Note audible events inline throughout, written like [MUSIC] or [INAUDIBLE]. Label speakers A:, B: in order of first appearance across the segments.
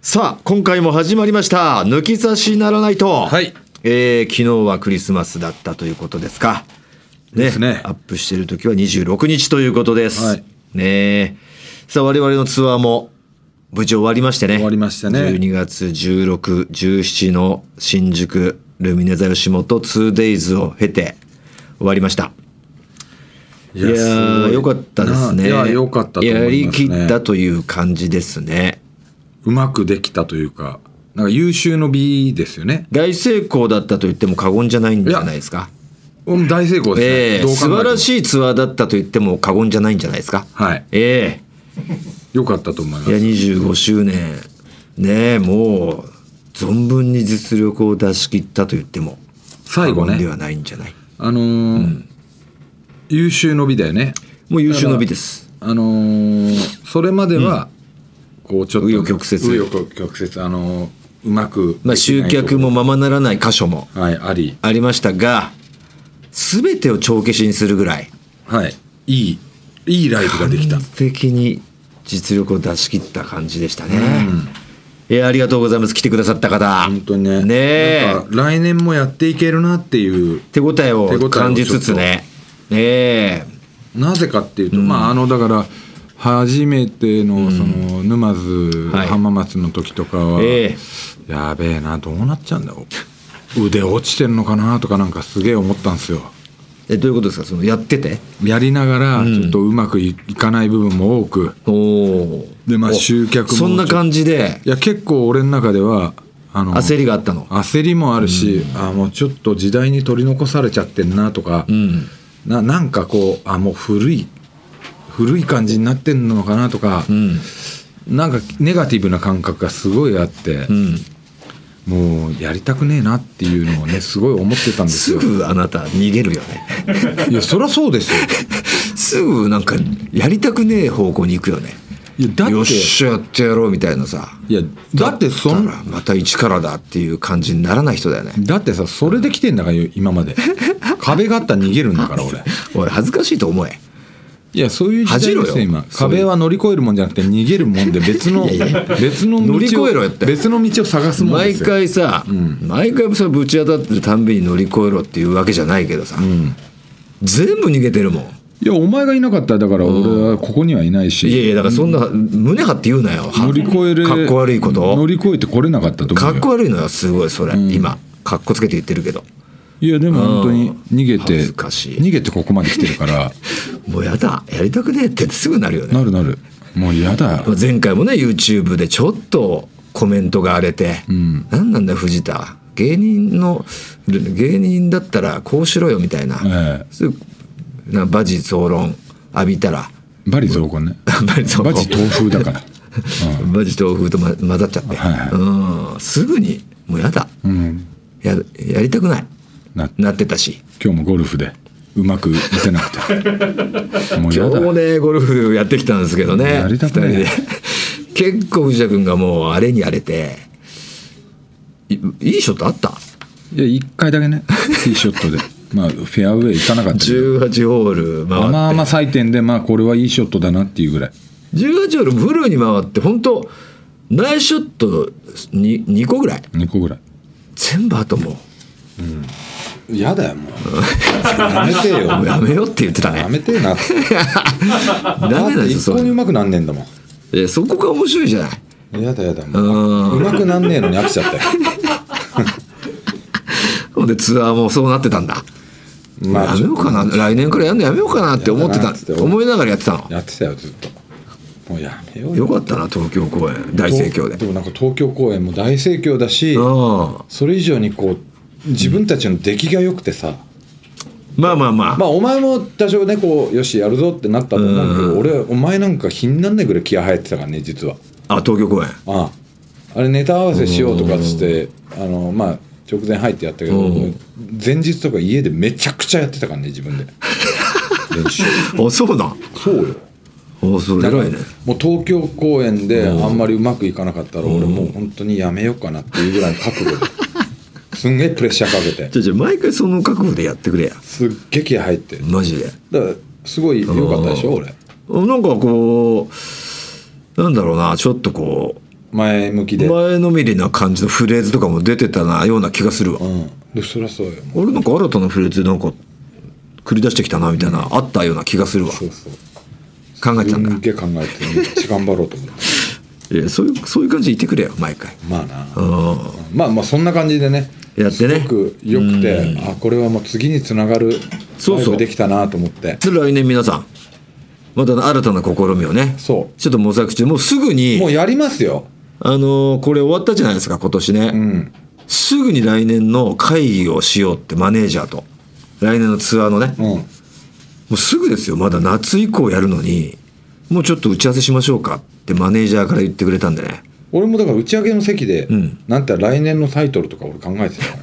A: さあ今回も始まりました「抜き差しならないと」
B: はい
A: えー昨日はクリスマスだったということですかね
B: ですね
A: アップしてる時は26日ということです、
B: はい
A: ねえさあ我々のツアーも無事終わりましてね
B: 終わりましたね
A: 12月1617の新宿ルミネ座吉本 2days を経て終わりました
B: い
A: いやーよかったですね
B: いや、よかったと思います、ね。
A: やりきったという感じですね
B: うまくできたというか、なんか優秀の美ですよね。
A: 大成功だったと言っても過言じゃないんじゃないですか。
B: うん、大成功ですね。
A: ええ
B: どう考えて
A: 素
B: も
A: 晴らしいツアーだったと言っても過言じゃないんじゃないですか。
B: はい。
A: え
B: よかったと思いま
A: えいや
B: す。
A: 25周年ねえもう存分に実力を出し切ったと言っても
B: 最後
A: 過言で
B: ね、
A: はないんじゃない。
B: あのー優秀の美だよね。
A: もう優秀の美です。
B: あのーそれまでは、こう、ちょっと、
A: 紆余曲折
B: 紆余曲折、あのーうまく、
A: まあ集客。もままならない箇所も
B: はい、あり。
A: ありましたが、すべてを帳消しにするぐらい
B: はい。いい、いいライブができた
A: 完。璧に実力を出し切った感じでしたね。いやありがとうございます来てくださった方。
B: 本当にね。
A: ねえ。
B: なんか来年もやっていけるなっていう
A: 手応え
B: 手応え
A: を
B: を
A: 感じつつね。ねえ
B: なぜかっていうと、まああのだから初めてのその沼津、
A: はい
B: 浜松の時とかは、
A: え
B: やべえなどうなっちゃうんだろう腕落ちてんのかなとかなんかすげえ思ったんですよ
A: え。どういうことですかそのやってて
B: やりながらちょっとうまくいいかない部分も多く、
A: おお。
B: でまあ
A: お
B: 集客も
A: そんな感じで
B: いや結構俺の中ではあの
A: 焦りがあったの。
B: 焦りもあるし、あもうちょっと時代に取り残されちゃってんなとか、
A: うん。
B: ななんかこうあもう古い古い感じになってんのかなとか、
A: うん。
B: なんかネガティブな感覚がすごいあって
A: う、ん。
B: もうやりたくねえなっていうのを
A: [LAUGHS]
B: ねすごい思ってたんです
A: す
B: よ。
A: ぐあなた逃げるよね。
B: [LAUGHS] いやそりゃそうですよ。
A: すぐなんかやりたくねえ方向に行くよね。
B: いやだって
A: よっしゃやってやろうみたいなさ。
B: いやだってそん
A: だからまた一からだっていう感じにならない人だよね。
B: だってさそれで来てんだからよ
A: [LAUGHS]
B: 今まで壁があったら逃げるんだから俺。
A: おい恥ずかしいと思え。
B: いやそういう時代で
A: 恥
B: す
A: じろ
B: よ
A: よ
B: 今
A: そういう
B: 壁は乗り越えるもんじゃなくて逃げるもんで別の
A: いやいや
B: 別の道を
A: 乗り越えろよって
B: 別の道を探すもんで
A: 毎
B: すよ。
A: 回さ、毎回それぶち当たってるたんびに乗り越えろっていうわけじゃないけどさ、全部逃げてるもん
B: いやお前がいなかったらだから俺はここにはいないし。
A: いやいやだからそんな、胸張って言うなよは
B: 乗り越える
A: かっこ悪いこ
B: 乗
A: と
B: り越えてこれなかったと思う
A: か
B: よ
A: っこ悪いのよすごいそれ、今かっこつけて言ってるけど
B: いやでも本当に逃げ
A: 恥
B: て
A: ずかしい
B: 逃げてここまで来てるから
A: [LAUGHS] もうやだやりたくねえってすぐなるよね
B: なるなるもう嫌だ
A: 前回もね YouTube でちょっとコメントが荒れて「
B: ん
A: 何なんだよ藤田芸人の芸人だったらこうしろよ」みたいな、
B: え
A: すぐなバジ総論浴びたら
B: バリ雑言ね
A: [LAUGHS] バリ雑言
B: バジ豆腐だから
A: マジ豆腐と、ま、混ざっちゃって、
B: はいはい
A: うんすぐにもうやだ
B: うん、うん、
A: ややりたくない
B: な
A: なってたし
B: 今日もゴルフでうまく打てな
A: [LAUGHS]
B: くてもう
A: 今
B: 嫌
A: 日
B: だ
A: もねゴルフやってきたんですけどね
B: やりたくない
A: 二人で結構藤田君がもうあれに荒れていいいショットあった
B: いや一回だけねティーショット
A: [LAUGHS]
B: でまあフェアウェイ行かなかったけど
A: 18ホール回って、
B: まあまあ採点でまあこれはいいショットだなっていうぐらい
A: 18ホールフルに回って本当ナイスショット 2, 2個ぐらい
B: 2個ぐらい
A: 全部あとも
B: 嫌だよもうやめてよ
A: うもうやめようって言ってたね
B: やめてえなって
A: [LAUGHS] ダメなんですよ
B: 一
A: そ
B: 向に
A: れ
B: うまくなんねえんだもん
A: えそこが面白いじゃない
B: やだやだも
A: う
B: ううまくなんねえのに飽きちゃっ
A: [LAUGHS]
B: たよ
A: ほんでツアーもそうなってたんだ。
B: まあ
A: やめようかな、来年からやるのやめようかなって思って
B: やめようかな
A: た
B: っつって、
A: 思いながらやってたの。
B: やってたよずっともうやめよう
A: よかったな、東京公演、大盛況で。
B: でもなんか東京公演も大盛況だし
A: うん
B: それ以上にこう自分たちの出来が良くてさ、
A: まあまあまあ、
B: まあお前も多少ねこうよしやるぞってなったと思うけど、俺お前なんか気になんないぐらい気合入ってたからね実は
A: あ東京公演。
B: あああれネタ合わせしようとかっつってあのまあ直前入ってやったけど、
A: うん
B: 前日とか家でめちゃくちゃやってたからね自分
A: [LAUGHS]
B: で練習
A: あ、そうだ。
B: そうよ
A: おそれ
B: だから
A: 偉いね。
B: もう東京公演であんまりうまくいかなかったら俺もう本当にやめようかなっていうぐらいの
A: [LAUGHS]
B: 覚悟ですんげえプレッシャーかけて
A: じゃあじゃあ毎回その覚悟でやってくれや。
B: すっげえ気合入ってだか
A: マジで。
B: らすごい良かったでしょ俺
A: なんかこう、なんだろうな、ちょっとこう、
B: 前向きで、う
A: 前のめりな感じのフレーズとかも出てたなような気がするわ、
B: ん、でそりゃそうよ
A: 俺なんか新たなフレーズなんか繰り出してきたなみたいな、あったような気がするわ
B: そうそう
A: 考えてたんだ
B: すんげえ考えてめっちゃ頑張ろうと思って
A: いやそういうそういう感じでいてくれよ毎回
B: まあな
A: うん
B: まあまあそんな感じでね
A: やってね
B: すごく良くてあこれはもう次につながる
A: そうそう
B: ライブできたなと思って
A: で来年皆さんまた新たな試みをね
B: そ
A: ちょっと模索中もうすぐ
B: う
A: に
B: もうやりますよ
A: あのーこれ終わったじゃないですか今年ね、
B: うん
A: すぐに来年の会議をしようってマネージャーと来年のツアーのね、も
B: うん
A: うすぐですよまだ夏以降やるのにもうちょっと打ち合わせしましょうかってマネージャーから言ってくれたんでね
B: 俺もだから打ち上げの席で、
A: ん
B: なんて来年のタイトルとか俺考えてたからね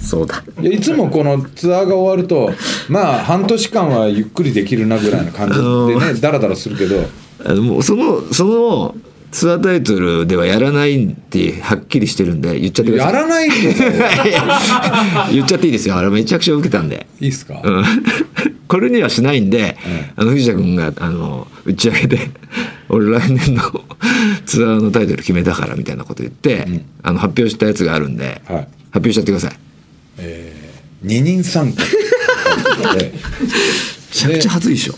A: そうだ
B: いやいつもこのツアーが終わるとまあ半年間はゆっくりできるなぐらいの感じでねダラダラするけど
A: あのもうそのそのツアータイトルではやらないってはっきりしてるんで言っちゃってくださ
B: や
A: い
B: らないで
A: [LAUGHS]
B: い
A: 言っちゃっていいですよあれめちゃくちゃ受けたんで、
B: いっすか、
A: うん [LAUGHS] これにはしないんで、あの藤田君があの打ち上げで俺来年の [LAUGHS] ツアーのタイトル決めたからみたいなこと言って、あの発表したやつがあるんで、
B: はい
A: 発表しちゃってください
B: 二人三脚
A: め
B: で
A: ちゃくちゃ恥ずいでしょ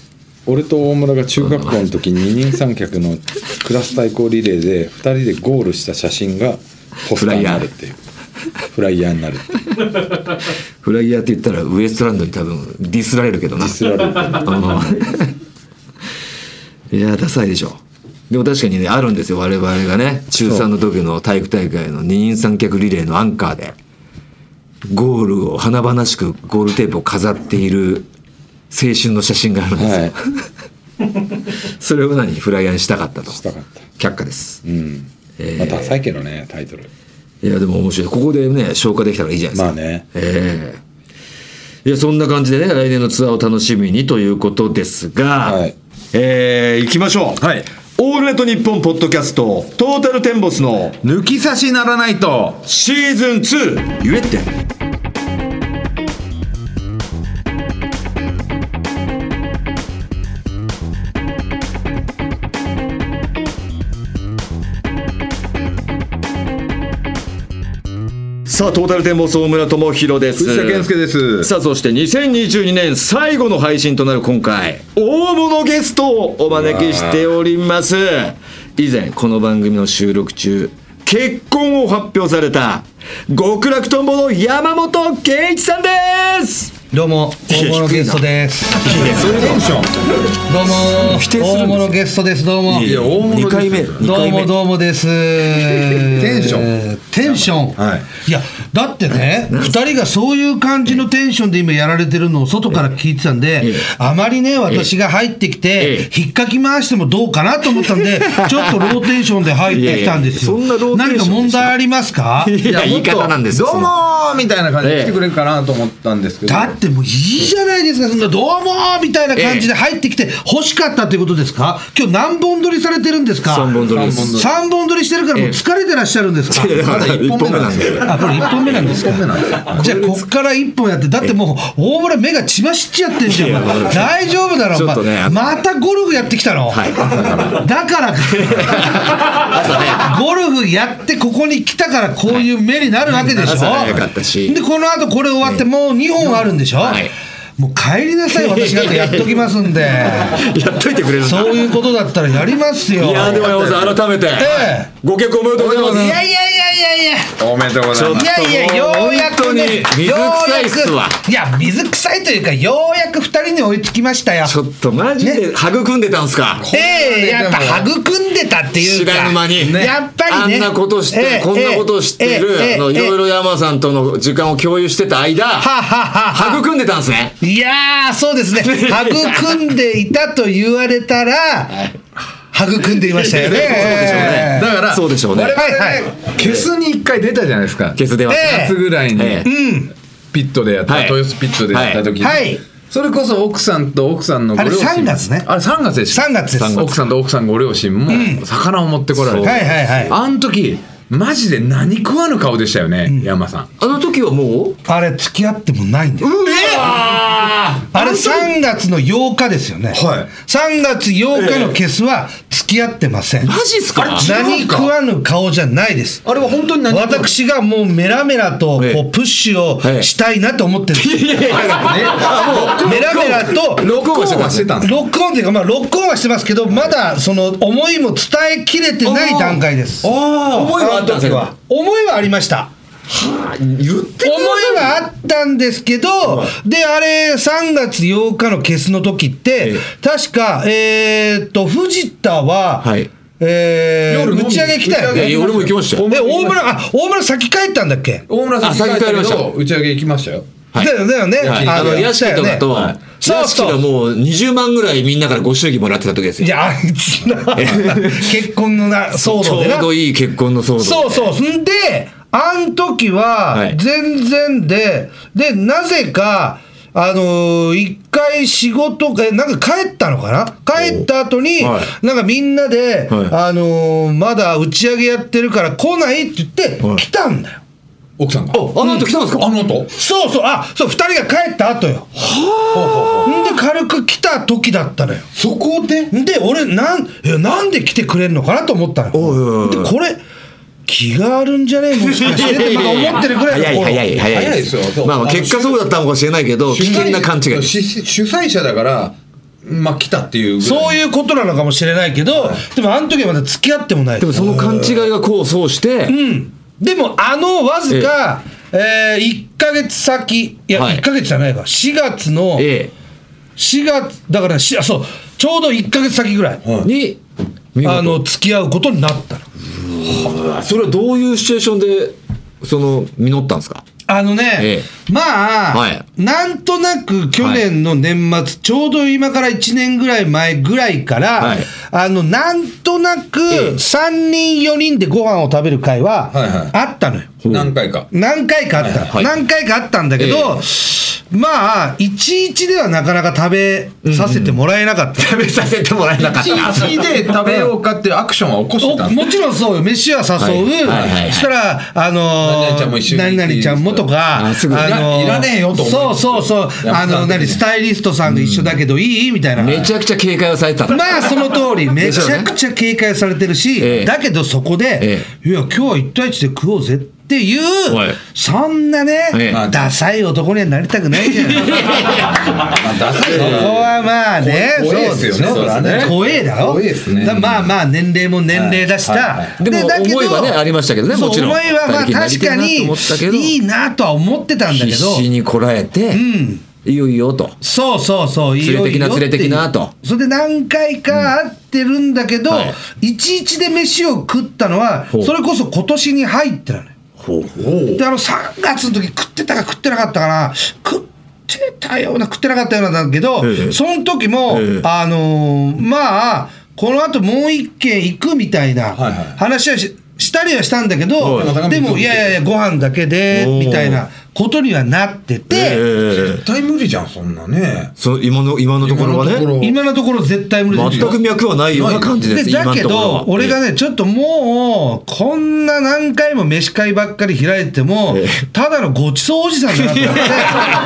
B: 俺と大村が中学校の時に二人三脚のクラス対抗リレーで2人でゴールした写真がポスターになるっていうフライヤーになるっていう
A: フライヤーって言ったらウエストランドに多分ディスられるけどな
B: ディスられるっていう
A: うん [LAUGHS] いやダサいでしょでも確かにねあるんですよ我々がね中3の時の体育大会の二人三脚リレーのアンカーでゴールを華々しくゴールテープを飾っている青春の写真があるんですよ、
B: はい
A: [LAUGHS] それを何フライヤーにしたかったと
B: したかった
A: 却下です
B: うん
A: えー
B: まあダサいけどねタイトル
A: いやでも面白いここでね消化できたらいいじゃないですか
B: まあね
A: ええいやそんな感じでね来年のツアーを楽しみにということですが、
B: はい
A: ええ行きましょう、
B: はい
A: オールナイトニッポン」ポッドキャスト「トータルテンボス」の
B: 抜き差しならないと
A: シーズン2言えってさあトータルテンボス大村智広です
B: 藤田健介です
A: さあそして2022年最後の配信となる今回大物ゲストをお招きしております以前この番組の収録中結婚を発表された極楽とんぼの山本圭一さんです
C: どうも大物ゲストです。
B: テンション
C: どうも
A: 否定するんですよ
C: 大物ゲストです。どうも。
B: いや大物です
A: 2回目
C: どうもどうもです。テ
B: ンショ
C: ン。テンション。
B: はい。
C: いやだってね、二人がそういう感じのテンションで今やられてるのを外から聞いてたんで
A: ええ、
C: あまりね私が入ってきて
A: え
C: 引っかき回してもどうかなと思ったん
A: [LAUGHS]
C: で、ちょっとローテーションで入ってきたんですよ。
A: いやいやそんなローテーションでし
C: 何
A: た
C: か問題ありますか？
A: いや言い方なんですよ
B: どうもーみたいな感じ
A: ええ
B: で来てくれるかなと思ったんですけど、
C: だってもういいじゃないですか、そんなどうもーみたいな感じで入ってきて欲しかったということですか、今日何本撮りされてるんですか、
A: 3本撮りです
C: 三本撮りしてるから、もう疲れてらっしゃるんですか、
A: まだ1本目なんで
C: あこれ1本目なんですか、じゃあ、こっから1本やって、だってもう、大村、目が血走っちゃってんじゃん、
A: やまあ
C: 大丈夫だろ、
A: ちょっとね
C: お前またゴルフやってきたの、
A: はい
C: だ
A: [LAUGHS]
C: からか、ゴルフやって、ここに来たから、こういう目になるわけでしょ。
A: 朝早かったし
C: でこの後これ終わってもう2本あるんでしょ、
A: はい
C: もう帰りなさい私なんかやっときますんで
A: [LAUGHS] やっといてくれるんだ
C: そういうことだったらやりますよ
A: いやでも山本さん改めて、
C: え
A: ご結婚おめでとうございます
C: いやいやいやいやいや
B: おめでとうございま
C: い
B: す
C: やいやようやく
A: 本
C: ね
A: 当に水臭いっすわ
C: ようやくいや水臭いというかようやく2人に追いつきましたよ
A: ちょっとマジで育んでたんすか、
C: ええやっぱ育んでたっていうか
A: 知らぬ間に、
C: やっぱりね
A: あんなことして、
C: ええ
A: こんなことしてる、
C: ええええ
A: あのいろいろ山さんとの時間を共有してた間、
C: はははは
A: 育んでたんですね
C: いやー、そうですね。育んでいたと言われたら、育んでいましたよね。
A: そうでしょうね
B: だか
A: [LAUGHS]
B: ら
A: そうでしょうね
B: 我々ね
C: はい
B: ケスに一回出たじゃないですか
A: 消す電話、
C: え
B: 夏ぐらいに
A: ええ
B: ピットでやった、
A: はい
B: 豊洲ピットでやった時に、
C: はい
B: それこそ奥さんと奥さんのご両親
C: あれ3月ね
B: あれ3月でしょ
C: 3月です
B: 奥さんと奥さんご両親も魚を持ってこられて、
C: はいはいはい
B: あの時マジで何食わぬ顔でしたよね、山さん
A: あの時はもう
C: あれ付き合ってもないんですあれ3月の8日ですよね、
B: はい
C: 3月8日のケスは付き合ってません、
A: マジっすか
C: 何食わぬ顔じゃないです
B: あれは本当に何食わぬ
C: 私がもうメラメラとこ
A: ええ
C: うプッシュを
A: ええ
C: したいなと思ってるんです
A: いやいやいや
C: メラメラと
A: ロックオンはしてた
B: してたんです
C: ロックオンというかまあロックオンはしてますけどまだその思いも伝えきれてない段階です
A: 思いはあったんです
C: あの時
A: か
C: は思いはありました
A: 言ってくだ
C: 思い
A: さいよ
C: はあったんですけど、であれ3月8日のケスの時って、
A: ええ
C: 確かえー、っと藤田は、
A: はい
C: えー
B: 夜飲み
C: 打ち上げ来たよ
A: い
C: ね
A: や俺も行きましたよ
C: え大村あ大村先帰ったんだっけ、
B: 大村さん
A: あ先帰りました
B: けど打ち上げ行きましたよ
A: はい
C: だよねだよね、
A: はいあの屋敷とかと
C: だよねそ
A: 屋
C: う
A: 敷
C: そ
A: が
C: う
A: もう20万ぐらいみんなからご祝儀もらってた時です
C: い
A: よ
C: やあいつ
A: [LAUGHS]
C: な結婚のな騒
A: ちょ
C: 動でな
A: うどいい結婚の騒動
C: そうそう。そんで、あん時
A: は、
C: はい全然で、で、なぜか、あのー一回仕事が、えなんか帰ったのかな帰った後に、
A: はい
C: なんかみんなで、
A: はい
C: あのーまだ打ち上げやってるから来ないって言って、
A: はい
C: 来たんだよ。
B: 奥さんが
A: あの後来たんですか
B: あの後
C: そうそう、あ、そう、二人が帰った後よ。はあ。んで、軽く来た時だったのよ。
B: そこで
C: で俺なんえなんで来てくれるのかなと思ったの
A: おいおいおい
C: でこれ気があるんじゃ
A: [LAUGHS]
C: ねえもしかしてってまだ思ってるぐらいの
A: 早い
C: 頃
A: 早い早い
B: 早いですよそう
A: まあまあ結果そうだったのかもしれないけど危険な勘違いです
B: 主催主催者だからまあ来たっていうぐらい
C: そういうことなのかもしれないけど、でもあの時はまだ付き合ってもない
A: でもその勘違いが功を奏して、
C: うんでもあのわずか、えー1か月先いや、
A: はい
C: 1か月じゃないか4月の
A: え
C: 4月だからしあそうちょうど1か月先ぐらい、
A: えに見事
C: あの付き合うことになったの
A: それはどういうシチュエーションでその実ったんですか
C: あのね、
A: え
C: まあ、
A: はい
C: なんとなく去年の年末、ちょうど今から1年ぐらい前ぐらいから、
A: はい
C: あのなんとなく
A: ええ
C: 3人4人でご飯を食べる会は
B: はいはい
C: あったのよ、
B: 何回か
C: 何回かあった、
A: はいはい
C: 何回かあったんだけど、
A: え
C: まあ11ではなかなか食べさせてもらえな
A: [LAUGHS]
C: かった、
A: 食べさせてもらえなかっ
B: 一日で食べようかっていうアクションは起こしてた
C: お
B: んです
C: もちろんそうよ飯は誘う、
A: はいはいはいはい
C: そしたらあの
B: 何々ちゃんも一緒に
C: 何々ちゃんもとか
A: あすぐいら
C: の
B: いらねえよと思
C: そううそうそう
B: 山
C: あ
B: 田さん的に
C: の何スタイリストさんが一緒だけどいいみたいな
A: [LAUGHS] めちゃくちゃ警戒をされてたんだ
C: まあそ
A: [LAUGHS]
C: の通りめ
A: でしょう
C: ち
A: ね
C: ゃくちゃ警戒されてるし、
A: ええ
C: だけどそこで
A: え、
C: いや今日は一対一で食おうぜっていう、
A: はい
C: そんなね、
A: ええ
C: ダサい男にはなりたくないじゃな
A: [LAUGHS]
C: いそこ
B: まあダサいな
C: はまあね
B: 怖いですよね
C: そう
B: それはね
C: 怖えだろ
B: 怖いですね
C: だからまあまあ年齢も年齢だし
B: はい
C: た、
B: はいは
A: でも
C: だけど
A: 思いはねありましたけどね
C: そう
A: もちろん
C: 思いはまあ
A: 二
C: 確
A: 人きり
C: か
A: になりてえなと思ったけ
C: に
A: ど
C: いいなとは思ってたんだけ
A: 必
C: ど
A: 死にこらえて、
C: ん
A: いよいよと
C: そうそうそういいよ
A: 連れてきない
C: いよ
A: 連れてきな
C: っていう
A: と
C: それで何回か会ってるんだけど、
A: うんはい
C: いちいちで飯を食ったのは
A: ほう
C: それこそ今年に入ってたのよであの3月の時食ってたか食ってなかったかな食ってたような食ってなかったようなんだけど、
A: ええ
C: その時も、
A: ええ
C: あのーまあこのあともう一軒行くみたいな
B: はいはい
C: 話はし,、たりはしたんだけど、
B: はい
C: でもいやいやいやご飯だけで
A: おー
C: みたいなことにはなってて。
B: 絶対無理じゃんそんなね
A: その今の今のところは
B: 今のとこ
A: ね
B: ろ
C: 今のところ絶対無理です
A: 全く脈はないような感じです
C: でだけど俺が
A: ね
C: ねちょっともうこんな何回も飯会ばっかり開いても
A: え
C: ただのごちそうおじさんだなと思
A: [LAUGHS]
C: っ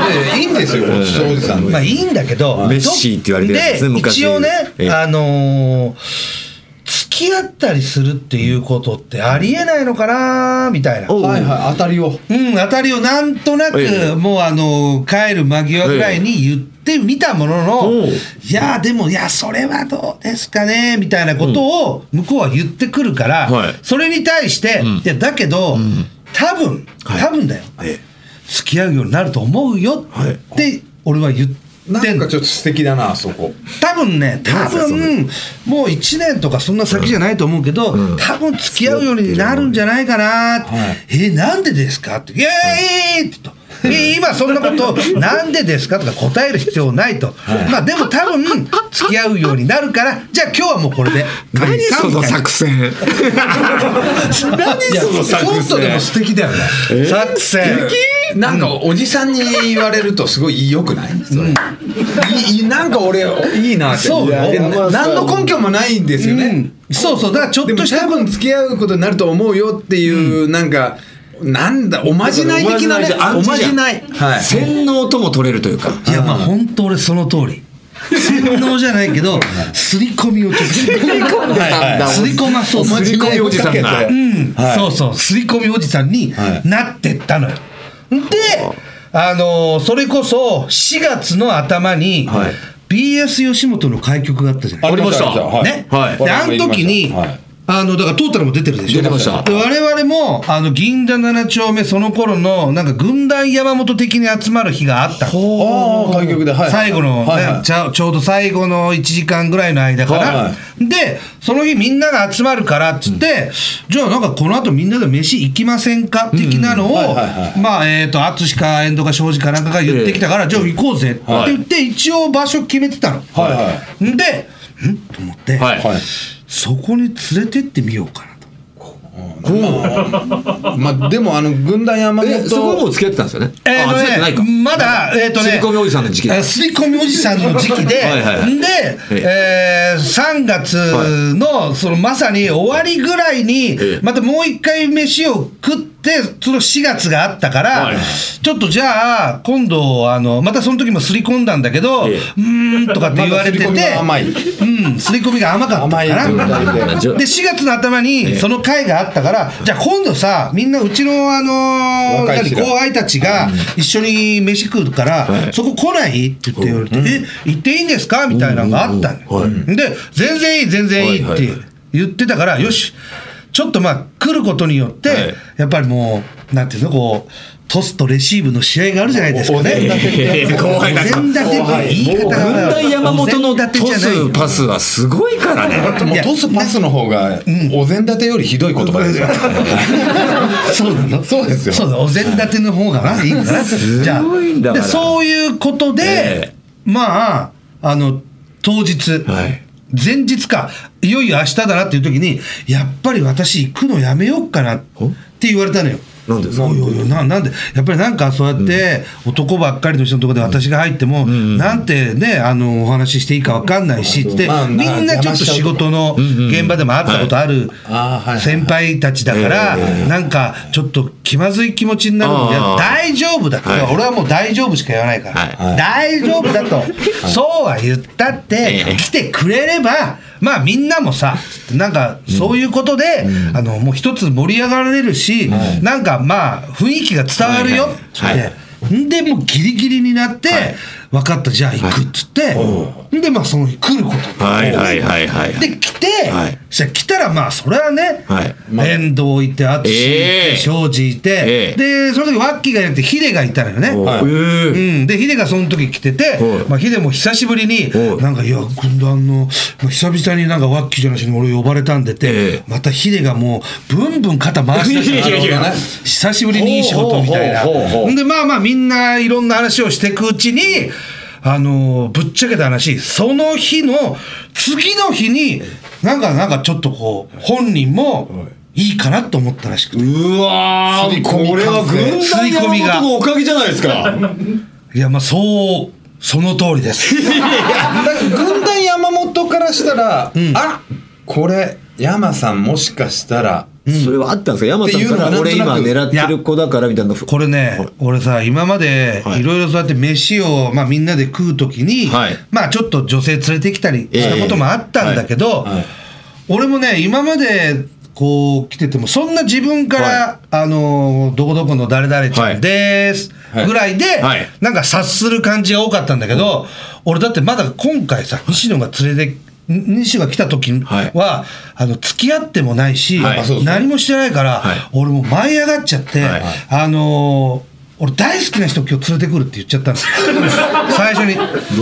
C: て
B: いやいいんですよごちそうおじさん
C: まあいいんだけど
A: メッシーって言われてるやつですね
C: で
A: 昔
C: 一応ね
A: ええ
C: あのー付き合ったりするっていうことってありえないのかなみたいな
A: おう
B: はいはい当たりを
C: うん、当たりをなんとなく、
A: ええ
C: もうあの帰る間際ぐらいに言ってみたものの、
A: おう
C: いやでもいやそれはどうですかねみたいなことを向こうは言ってくるから、
A: はい
C: それに対して、
A: ん
C: いやだけど、多分
A: はい
C: 多分だよ、
A: え
C: 付き合うようになると思うよ
A: はい
C: って俺は言ってんの
B: なんかちょっと素敵だなそこ
C: 多分ね多分もう1年とかそんな先じゃないと思うけど、
A: うん
C: 多分付き合うようになるんじゃないかなって、
B: はい
C: えなんでですかって「イエーイ!」って言うとい今そんな
A: [LAUGHS]
C: ことをなんでですかとか答える必要ないと、まあでも多分付き合うようになるからじゃあ今日はもうこれで
A: 何その作戦何その作
B: ちょっとでも
A: 戦
B: 素敵だよね
C: 作戦
B: なんかおじさんに言われるとすごい良くないそれいいなんか俺いいなって
C: そうよ
B: いや
A: いやまあ
B: 何の根拠もないんですよね、
C: そうそうだからちょっ
B: でも
C: とした
B: 多分付き合うことになると思うよっていう、なんかなんだおまじない的なね
A: だから
B: お
A: お
B: ま
A: ま
B: じ
A: じ
B: な
A: ない
B: はい
A: 洗脳とも取れるというか
C: いやまあ本当俺その通り洗脳じゃないけど刷り込みをちょっと刷り込んで
A: たんだ
C: 刷り込まそう
A: 刷り込みおじさんが
C: う
B: はい
C: そうそう刷り込みおじさんに
B: は
C: なってったのよであのーそれこそ4月の頭に
B: はい
C: BS 吉本の開局があったじゃない
A: りました
D: はい
C: ね、
A: はい
C: であの時に、
D: はい
C: あのだからトータルも出てるでしょ
A: 出てました
C: で我々もあの銀座7丁目その頃のなんか軍団山本的に集まる日があったの
B: ああ開局で、はい、
C: 最後の、ね
B: はいはい
C: ちゃちょうど最後の1時間ぐらいの間から、
B: は
C: でその日みんなが集まるからっつって、じゃあなんかこの後みんなで飯行きませんか的なのを
B: はいはいは
C: まあえっ、と淳か遠藤か庄司かなんかが言ってきたから、じゃあ行こうぜって言って、一応場所決めてたの。
B: はいはい
C: でんと思って、
A: はい
B: はい
C: そこに連れてってみようかなと。
B: まあでもあの軍団山
A: え
B: 本
A: そこはもう付き合ってたんですよね
C: えー
A: あ
C: と
A: 付き合ってないか
C: ね、まだ、えーとね、
A: 刷り込みおじさんの時期だ
C: えー刷り込みおじさんの時期で、
A: はいはいはい
C: で、えー3月の、そのまさに終わりぐらいに
A: ええ、
C: またもう一回飯を食って、その4月があったから、
A: はい
C: ちょっとじゃあ、今度、あの、またその時も刷り込んだんだけど、
A: ええ
C: うーんとかって言われてて、
B: まだ刷り込みが甘い
C: うん、刷り込みが甘かった
B: 甘い
C: か
B: 状
C: な。
B: 態で
A: じゃ
C: で4月の頭にその会があったから、じゃあ今度さみんなうちの、あのー
B: 若い人
C: 何
B: が
C: 後輩たちが一緒に飯食うから、
A: はい
C: そこ来ないって言って言われて「え行っていいんですか?」みたいなのがあったの、
A: うんう
C: よ
A: んうん
C: で「全然いい全然いい」
A: はいは
C: っ
A: い
C: て
A: はい
C: 言ってたから、よしちょっとまあ来ることによって、
A: はい
C: やっぱりもうなんていうのこうトスとレシーブの試合があるじゃないですか
B: お
C: ね。
B: お膳立てってやつ
C: お
A: 後輩たち
C: 膳立てって言い方
A: 軍
C: が
A: 団山本
C: お
A: の
C: 膳立
A: ト
C: てじゃないよ
A: スパスはすごいからね
B: もうトスパスの方がお膳立てよりひどい言葉 [LAUGHS] ですよ、
C: そうなの
B: そうですよ
C: そうだ、お膳立ての方がな、いいんだな。じゃあ
A: ごいんだから
C: でそういうことで、
A: え
C: まあ、あの、当日、
A: はい
C: 前日か、いよいよ明日だなっていう時に、やっぱり私行くのやめようかなって言われたのよ。
A: なんでですか
C: おいおいおいななんでやっぱりなんかそうやって男ばっかりの人のところで私が入っても、なんてねあのお話ししていいかわかんないしって、
B: まあ
C: みんなちょっと仕事の現場でも会ったことある
B: あーはい
C: 先輩たちだから、なんかちょっと気まずい気持ちになるので
A: あー
C: 大丈夫だと、
A: はい
C: 俺はもう大丈夫しか言わないから、
A: は
C: 大丈夫だと、そうは言ったって、
A: ええ
C: 来てくれればまあみんなもさなんかそういうことで、あのもう一つ盛り上がれるし、なんかまあ雰囲気が伝わるよって、
A: はいはい
C: んでもうギリギリになって、分かったじゃあ行くっつって、んでまあその日来ることに
A: はいはいはいはい
C: で来て、
A: はい
C: じゃあ来たらまあそれはね、
A: はい
C: 遠藤いて淳い
A: ええ
C: て庄司いて、
A: ええ
C: でその時ワッキーがいなくてヒデがいたのよね。
A: お
B: はい
A: ええ
C: うん、でヒデがその時来てて
A: はい、
C: まあ、ヒデも久しぶりに
A: は
C: 「
A: い
C: なんかいや軍団の、まあ、久々になんかワッキーじゃなしに俺呼ばれたんで」って、
A: ええ
C: またヒデがもうブンブン肩回して
A: いやいやいや
C: 久しぶりにいい仕事みたいな
B: ほうほうほうほう。
C: でまあまあみんないろんな話をしていくうちにあのーぶっちゃけた話その日の次の日になんかなんかちょっとこう本人もいいかなと思ったらしくて。
A: うわ
B: 刷り
A: ー
B: 込み
A: これは軍
C: 刷
A: 団
C: り込みが
A: 山本のおかげじゃないですか
C: いやまあそうその通りです。
B: だから軍団山本からしたら、あこれ山さんもしかしたら
A: それはあったんですか山さんから
B: って
A: 俺
B: いうの
A: 今
B: はなんと
A: 狙
B: な
C: く
A: ってる子だからみたいなこ
C: これね、俺さ今まで
A: はい
C: いろいろそうやって飯を、まあ、みんなで食う時に、
A: はい
C: まあちょっと女性連れてきたりしたこともあったんだけど、
B: ええはいはい
C: 俺もね今までこう来ててもそんな自分から、あのどこどこの誰々ちゃんです、
B: い
C: ぐらいで、
A: はい
C: なんか察する感じが多かったんだけど、俺だってまだ今回さ西野が連れてん西野が来た時
A: はい
C: は、あの付き合ってもないし、
A: はい
B: あそうですね
C: 何もしてないから、
A: はい
C: 俺もう舞い上がっちゃって、
A: はい
C: あのー俺大好きな人今日連れてくるって [LAUGHS] 言っちゃったんですよ最初に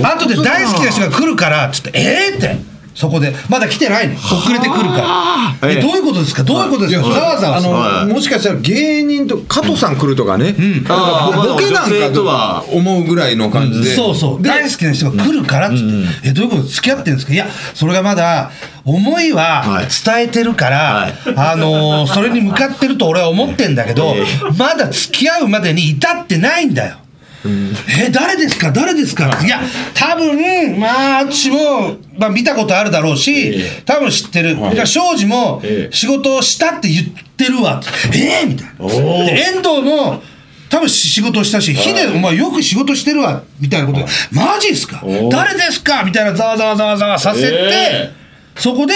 C: 後で大好きな人が来るからちょっとええってそこでまだ来てないの遅れてくるから
A: ええ
C: えどういうことですかどういうことですかざわざわ
B: あ
C: する
A: はい
B: のもしかしたら芸人と加藤さん来るとかね、
C: ん
A: あー
B: ボケなん
A: まあ
B: か
A: 女性
B: と
A: と
B: は
A: は
B: 思うぐらいの感じで、
C: そうそう大好きな人が来るからっつって、えどういうこと付き合ってるんですかいやそれがまだ思いは
A: はい
C: 伝えてるから、
A: はい
C: あのーそれに向かってると俺は思ってんだけど、
A: え
C: まだ付き合うまでに至ってないんだよ。え誰ですか誰ですかいや多分まあ私も、まあ、見たことあるだろうし、
A: ええ
C: 多分知ってる、だから庄司も
A: ええ
C: 仕事をしたって言ってるわええみたいな
A: おー
C: で遠藤の多分仕事をしたし、ヒデ、お前よく仕事してるわ、みたいなことで、マジっすか
A: おー
C: 誰ですかみたいなざわざわざわざわさせて、
A: え
C: そこで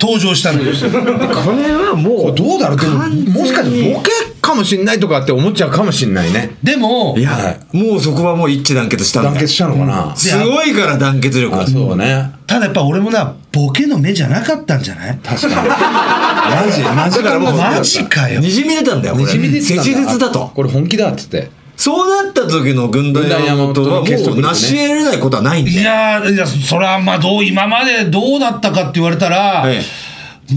C: 登場したのよ。
A: [LAUGHS] これはもう
B: どうだろうでももしかしてボケかもしんないとかって思っちゃうかもしんないね
C: でも
A: い、や、
B: は
A: もうそこはもう一致団結したんだ
B: 団結したのかな、
A: すごいから団結力
B: あそうね
C: ただやっぱ俺もな、ボケの目じゃなかったんじゃない
B: 確かにマジマジか
C: マジかよ。
A: にじみ出たんだよこれ
B: 滲み出てたん
A: 切実だと
B: これ本気だっつって
A: そうなった時の軍団山本はもう成し得れないことはないんだ
C: い
A: よ
C: やーいや、それはまあどう、今までどうだったかって言われたら、
A: え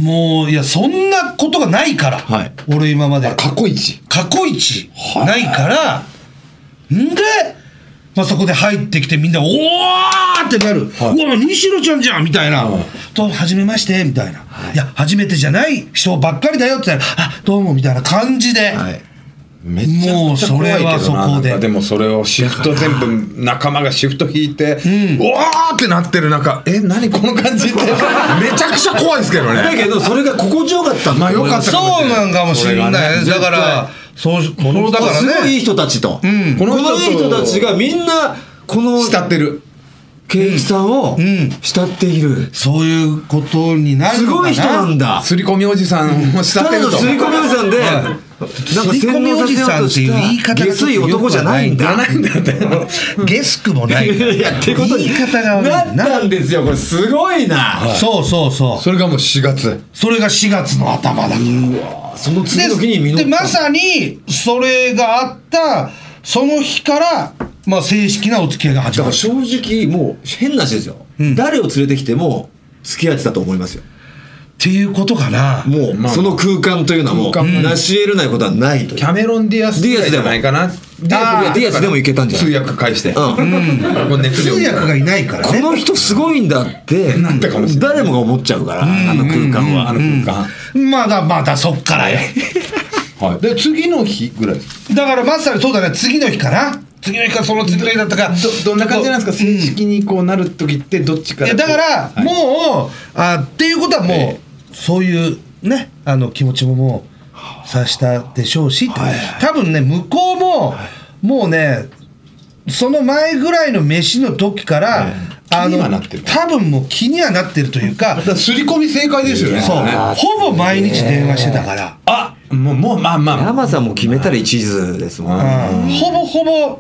C: もう、いや、そんなことがないから、
A: はい
C: 俺今まで。
B: 過去一
C: 過去一ないから、んで、まあ、そこで入ってきてみんな「おー!」ってなる「
B: はいう
C: わ西野ちゃんじゃん」みたいな「と初めまして」みたいな「い、や初めてじゃない人ばっかりだよ」って言ったら「あどうも」みたいな感じで、
A: はい
B: めちゃくちゃ
C: もうそれはそこで
B: 怖いけどななんかでもそれをシフト全部仲間がシフト引いて、うおーってなってる中え何この感じって [LAUGHS] めちゃくちゃ怖いですけど
A: だ
B: ね
A: けどそれが心地よかったんだ
B: まあよかった
C: そうなんかもしれない、だからそうそう
A: だか
C: だからら
A: すごいい
C: ね
A: い人たちと、
C: ん
A: このいい人たちがみんなこの
B: 慕ってる
A: ケーキさんを
C: ん
A: 慕っている、
C: そういうことになる
A: す
C: のか
A: ご
C: ない
A: 人なんだ
B: 刷り込みおじさんを慕
A: た
B: って
A: だ
B: る
A: の
B: と
A: すり込みおじさんで、なんか洗脳させようと
C: 刷り込みおじさんっていう言い
A: した
C: 方が
A: 下
C: ちょっと
A: 水
C: よく
A: 男じゃないん
B: じゃ
A: だ
B: ないんだよね
C: [LAUGHS] ゲスクもない
A: いやってことに
C: 言い方が悪い
A: なったんですよこれすごいな、
C: そうそうそう
B: それがもう4月
C: それが4月の頭だから
A: その次
C: で
A: の日に実った
C: でまさにそれがあったその日から、まあ、正式なお付き合いが始
A: だ
C: ま
A: か
C: る
A: ら正直もう変な話ですよ、
C: ん
A: 誰を連れてきても付き合ってたと思いますよ
C: っていうことかな
A: もう、
B: まあ
A: その空間というのはもう
B: 空間も
A: 成し得れないことはないとい
B: キ
A: う、
B: ャメロン・ディアスぐらいじゃないかなデ
A: ィアスディアスでもいけたんじゃない
B: 通訳返して
A: う
B: も
A: ん
B: う熱
C: 通
B: 量
C: 訳がいないから
A: こ
C: ね
A: の人すごいんだって
B: なったかもしれない
A: 誰もが思っちゃうから、あの空間は、
B: あの空
C: まだまだそっからよ
B: 間はいで次の日ぐらいです
C: だからまさにそうだね次の日かな次の日かその次の日だったか
B: どどんな感じなんですか
C: うん
B: 正式にこうなる時ってどっちか
C: い
B: ら
C: やだから、
B: こうはい
C: もうあっていうことはもう、そういうねあの気持ちももう察したでしょうし、多分ね向こうも、もうねその前ぐらいの飯の時から、あ
B: 気に
C: の
B: はなってる
C: 多分もう気にはなってるというか
B: [LAUGHS] だから刷り込み正解ですよね
C: そうほぼ毎日電話してたから、
B: あもうもうまあまあ
A: 山さんも決めたら一途ですもん、ね
C: うんほぼほぼ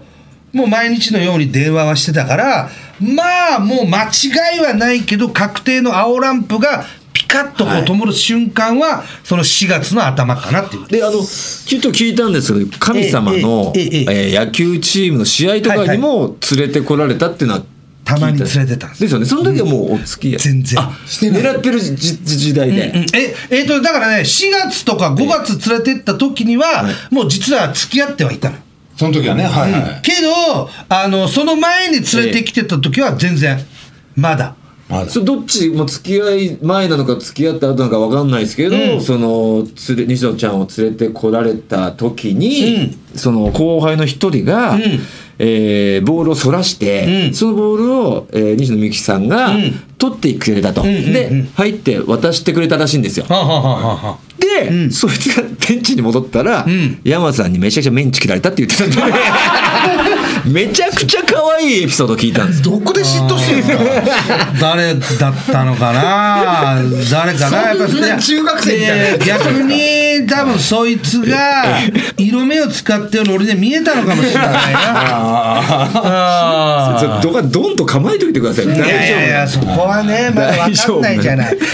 C: もう毎日のように電話はしてたからまあもう間違いはないけど確定の青ランプがピカッとこう灯る瞬間はその4月の頭かなっていう。
A: であのきっと聞いたんですけど神様の、
C: え
A: え
C: ええええ
A: ー野球チームの試合とかにも連れてこられたっていうのは
C: たまに連れてたんです
A: ですよねその時はもうお付き合い、
C: 全然
A: あ狙ってるじじ時代で、
C: うんええーとだからね4月とか5月連れてった時にはもう実は付き合ってはいたの。
B: その時はねはいはい
C: けどあのその前に連れてきてた時は全然まだ。
B: まだ
A: それどっちも付き合い前なのか付き合った後なのか分かんないですけど、そのつれ西野ちゃんを連れてこられた時に、その後輩の一人が、えーボールをそらして、
C: うん
A: そのボールを、えー西野美紀さんが、
C: ん
A: 取ってくれたと、で入って渡してくれたらしいんですよ。
C: はあはあはあはあ
A: で、そいつがベンチに戻ったら、
C: ん
A: 山さんにめちゃくちゃメンチ切られたって言ってたんでめちゃくちゃ可愛いエピソード聞いたんですよ。
B: どこで嫉妬してるんですか
C: 誰だったのかな誰かなやっぱ
B: そんな中学生みたいな
C: で逆に多分そいつが色目を使ってる俺で見えたのかもしれないな
B: あ
A: それどかどんと構えておいてください。大
C: い
A: 丈夫
C: やいやいやそこはねまだ分かんないじゃない結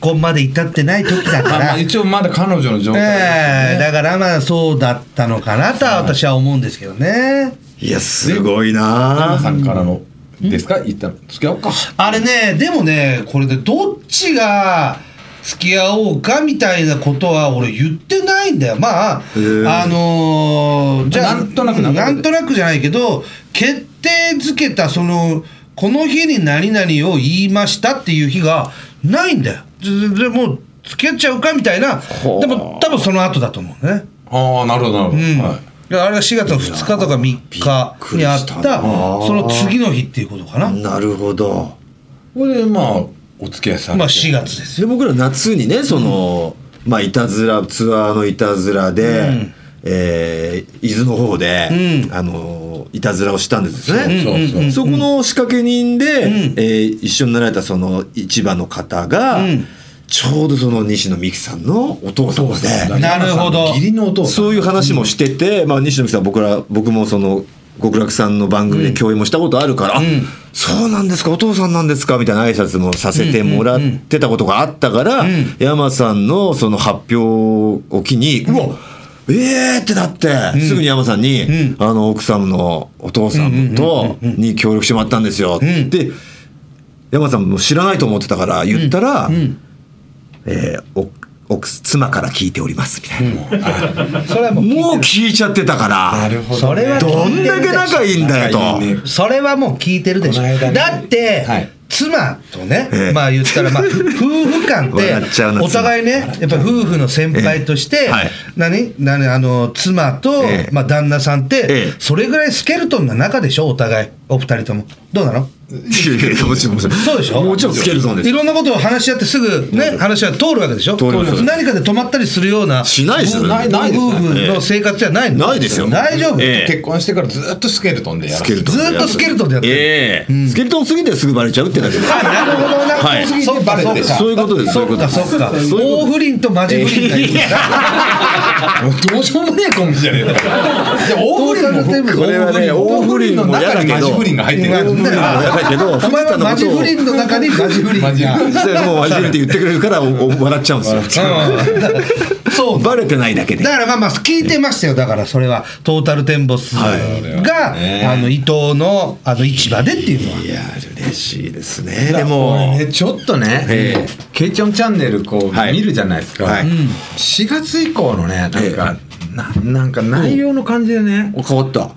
C: 婚まで至ってない時
B: ー
C: だか
B: あま
C: ら
B: あ一応まだ彼女の状態
C: ええだからまあそうだったのかなとは私は思うんですけどね
A: いや、すごいな
B: 皆
A: ぁ
B: さんからのですか一旦付き合おうか
C: あれねでもねこれでどっちが付き合おうかみたいなことは俺言ってないんだよまああのーじゃあ
B: なんとなく流れで
C: なんとなくじゃないけど決定づけたそのこの日に何々を言いましたっていう日がないんだよででもう付き合っちゃうかみたいなでも多分その後だと思うね
B: ああなるほどなるほど、
C: うん
B: はい
C: だからあれが4月の2日とか3日にあっ
A: びっくりしたな
C: たその次の日っていうことかな
A: なるほど
B: これでまあお付き合いされて
C: まあ4月ですよ
A: で僕ら夏にねその、まあいたずらツアーのいたずらで、
C: ん
A: えー伊豆の方で、
C: うん
A: あのいたずらをしたんですね
B: そうそうそう、
A: そこの仕掛け人で、
C: ん
A: えー一緒になられたその市場の方が、
C: うん
A: ちょうどその西野美紀さんのお父様で、
C: なるほど
B: 義理のお父さん
A: そういう話もしてて、まあ、西野美紀さん僕ら僕もその極楽さんの番組で共演もしたことあるから、あ
C: ん
A: そうなんですかお父さんなんですかみたいな挨拶もさせてもらってたことがあったから、
C: ん
A: 山さんのその発表を機に、うわえーってなって、すぐに山さんに、
C: ん
A: あの奥さんのお父さんとに協力してもらったんですよ、
C: ん
A: で山さんも知らないと思ってたから言ったら、
C: ん
A: えーお奥妻から聞いておりますみたいな。
C: それはもう
A: もう聞いちゃってたから。
C: それは
A: どん
C: 聞いて
A: だ
C: る
A: け仲いいんだよと。
B: 仲いいね
C: それはもう聞いてるでしょ、
B: この間ね
C: だって、
B: はい
C: 妻とね、
A: ええ
C: まあ言ったら、まあ、夫婦間って
A: 笑っちゃうな
C: お互いねやっぱ夫婦の先輩として、
A: ええはい
C: 何何あの妻と、
A: ええ
C: まあ、旦那さんって、
A: ええ
C: それぐらいスケルトンな中でしょお互いお二人ともどうなの
A: いやいやもちろんもちろん
C: そうでしょ
A: もちろんスケルトンです
C: いろんなことを話し合ってすぐね話は通るわけでしょ
A: 通ります
C: 何かで止まったりするような
A: しないですよね
B: ないないです
C: 夫婦の生活じゃないの
A: ないですよ
C: 大丈夫、
A: ええ
B: 結婚してからずっとスケルトンでやら
A: ス
B: せ
A: ケ
B: て
A: ルトン。
C: ずーっとスケルトンでやってる
A: ええスケルトンすぎてすぐバレちゃうってだ [LAUGHS] けで。
C: あなるほどな、
A: はい
C: そっかそっか
A: そういうことです。そういう
C: そっ
A: ことで
C: か
A: す
C: そっか
A: そういうこ
C: 大不倫とマジ不倫がいいんだ
B: もうどうしようもねえコンビじゃねえかよじゃあ大振りも含め
A: これはね
B: 大振りの中に
A: 大
B: マ
A: 振
B: ジ振
A: り
B: り
A: も
B: が入って
C: 嫌だけど
B: る
A: とだけど、
C: お前はマジ不
A: 藤
C: 倫の中にマジ [LAUGHS] 不倫が
B: マジ不倫
A: 田さんのことを実際もうマジ不倫って言ってくれるからおお笑っちゃうんですよ。
C: うんそう
A: バレてないだけで
C: だ。からまあまあ聞いてましたよだからそれはトータルテンボスが、あの伊藤のあの市場でっていうのはい
A: や嬉しいですね。で
B: こ
A: も
B: れねちょっと
A: え
B: ね
A: え
B: ケイちゃんチャンネルこう
A: はい
B: 見るじゃないですか
A: はいうん
B: 4月以降のねなん
A: え
B: かななんか内容の感じでね
A: お変わった。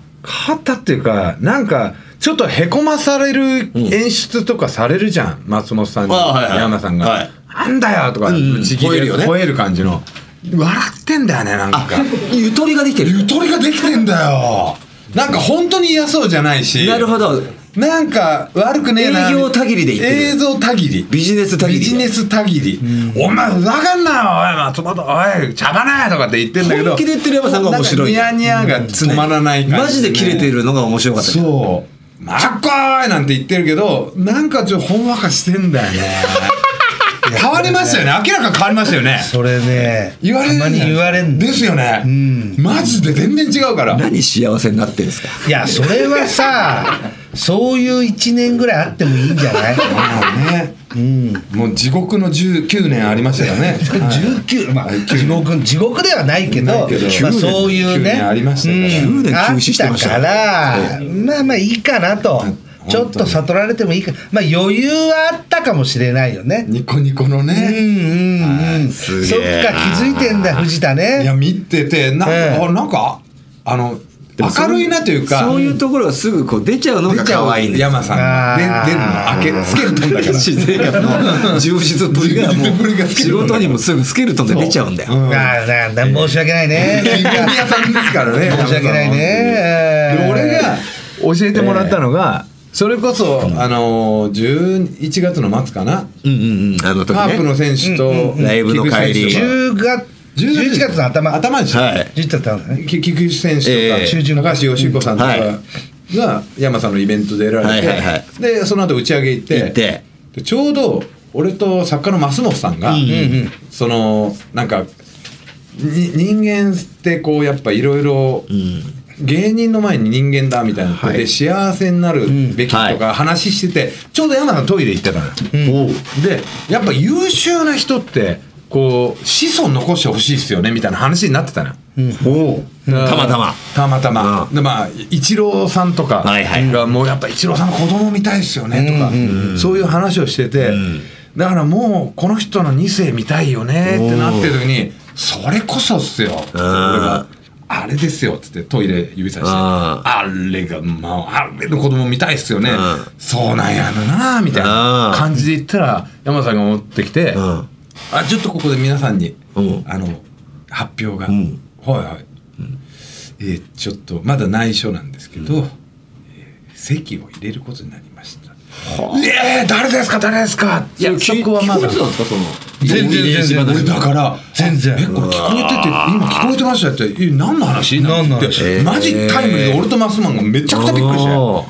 B: 変わったっていうかなんかちょっとへこまされる演出とかされるじゃん、松本さんに
A: ああはいはい
B: 山さんが、
A: はい
B: なんだよ」とか
A: ん
B: 打ち切
A: 吠える
B: り
A: よね
B: 吠える感じの笑ってんだよねなんか
A: ゆとりができて
B: ゆ
A: る。
B: とりができてんだよなんか本当に嫌そうじゃないし
A: なるほど。
B: なんか悪くねえな
A: 営業たぎりで言ってる
B: 映像たぎり
A: ビジネスたぎり
B: ビジネスたぎりお前ふざけんなよおい松本おいちゃばねえとかって言ってんだけど
A: 本気で言ってる山さんが面白い
B: なんかニヤニヤが止まらない感じ、
A: マジで切れてるのが面白かった。
B: そう「マッコーイ!」なんて言ってるけどなんかちょっとほんわかしてんだよ
A: [LAUGHS]
B: ね変わりましたよね明らかに変わりましたよね
C: それね
B: 言われる
C: たまに言われんの
B: ですよね、
C: ん
B: マジで全然違うから
A: 何幸せになってるんですか
C: いやそれはさそういう1年ぐらいあってもいいんじゃない
B: ね、もう地獄の19年ありましたよ
A: [LAUGHS]
B: ね
C: 19まあ地獄地獄ではないけど
B: ないけど
C: まあ、そういう
B: 9
C: ね
B: 年ありましたから
C: うん
A: 9年休止してました
C: あ
A: よ
C: ったからまあまあいいかなと
B: い
C: ちょっと悟られてもいいかまあ余裕はあったかもしれないよね
B: ニコニコの
C: うん
B: ね、
C: うんうんそっ
A: す
C: か気
A: げえ
C: づいてんだ藤田
B: いや
C: ね
B: 見ててなんか、
C: ええ
B: あなんかあの
A: でも
B: 明るいなというか
A: そういうところがすぐこう出ちゃうのが可愛いんです
B: 山さんがで
C: あー
B: 出るの開けつけるとんだから
A: 私生活の充実ぶりがも
B: 充実ぶりが
A: う
B: スケ
A: 仕
B: ルトンだ
A: 事にもすぐスケルトンで出ちゃうんだよ、
C: ああなんだ申し訳ないね
B: 金額屋さんですからね
C: 申し訳ないね
B: で俺が教えてもらったのが、それこそ、あのー、11月の末かな、
A: うんうんうんあの時
B: カープの
A: ね
B: 選手と、
A: ライブの帰り
B: 菊池選
C: 10月11月の頭
B: 頭でしょ、
A: はい
C: 11月の頭だね
B: き菊池選手とか、
A: ええ
C: 中旬
B: 高橋義彦さんとか
A: うんは
B: が山さんのイベントで出られて、
A: はいはいは
B: でその後打ち上げ行って
A: 行って
B: でちょうど俺と作家の増本さんが、
A: うんうん
C: うん
B: そのなんかに人間ってこうやっぱいろいろ
A: うん
B: 芸人の前に人間だみたいなことで、
A: はい
B: 幸せになるべき
A: は
B: と
A: い
B: か話してて、ちょうど山さんトイレ行ってたのよ、
A: おう
B: でやっぱ優秀な人ってこう子孫残してほしいですよねみたいな話になってたのよ
A: おたまたま
B: たまたま、
A: う
B: でまあイチローさんとか
A: はいはい
B: がもうやっぱイチローさんの子供みたいですよねとか、そういう話をしてて、だからもうこの人の2世見たいよねってなってる時にそれこそっすよって俺が。あれですよっつってトイレ指さして
A: あ
B: あれがまああれの子供見たいっすよね
A: ん
B: そうなんやろなみたい
A: あ
B: な
A: ー
B: 感じで言ったら山田さんが持ってきて
A: ん
B: あちょっとここで皆さんに
A: うん
B: あの発表が、
A: ん
B: はいはい、えーちょっとまだ内緒なんですけど、えー席を入れることになりました。えー、誰ですか誰ですかいやそこはまだ
A: 聞こえてたんですかその
C: 全然全然
B: 俺だから
C: 全然
B: あえこれ聞こえてて今聞こえてましたよってえ何の話なんて言って
A: 何の話
B: マジタイムリーで俺とマスマンがめちゃくちゃびっくりして
A: あー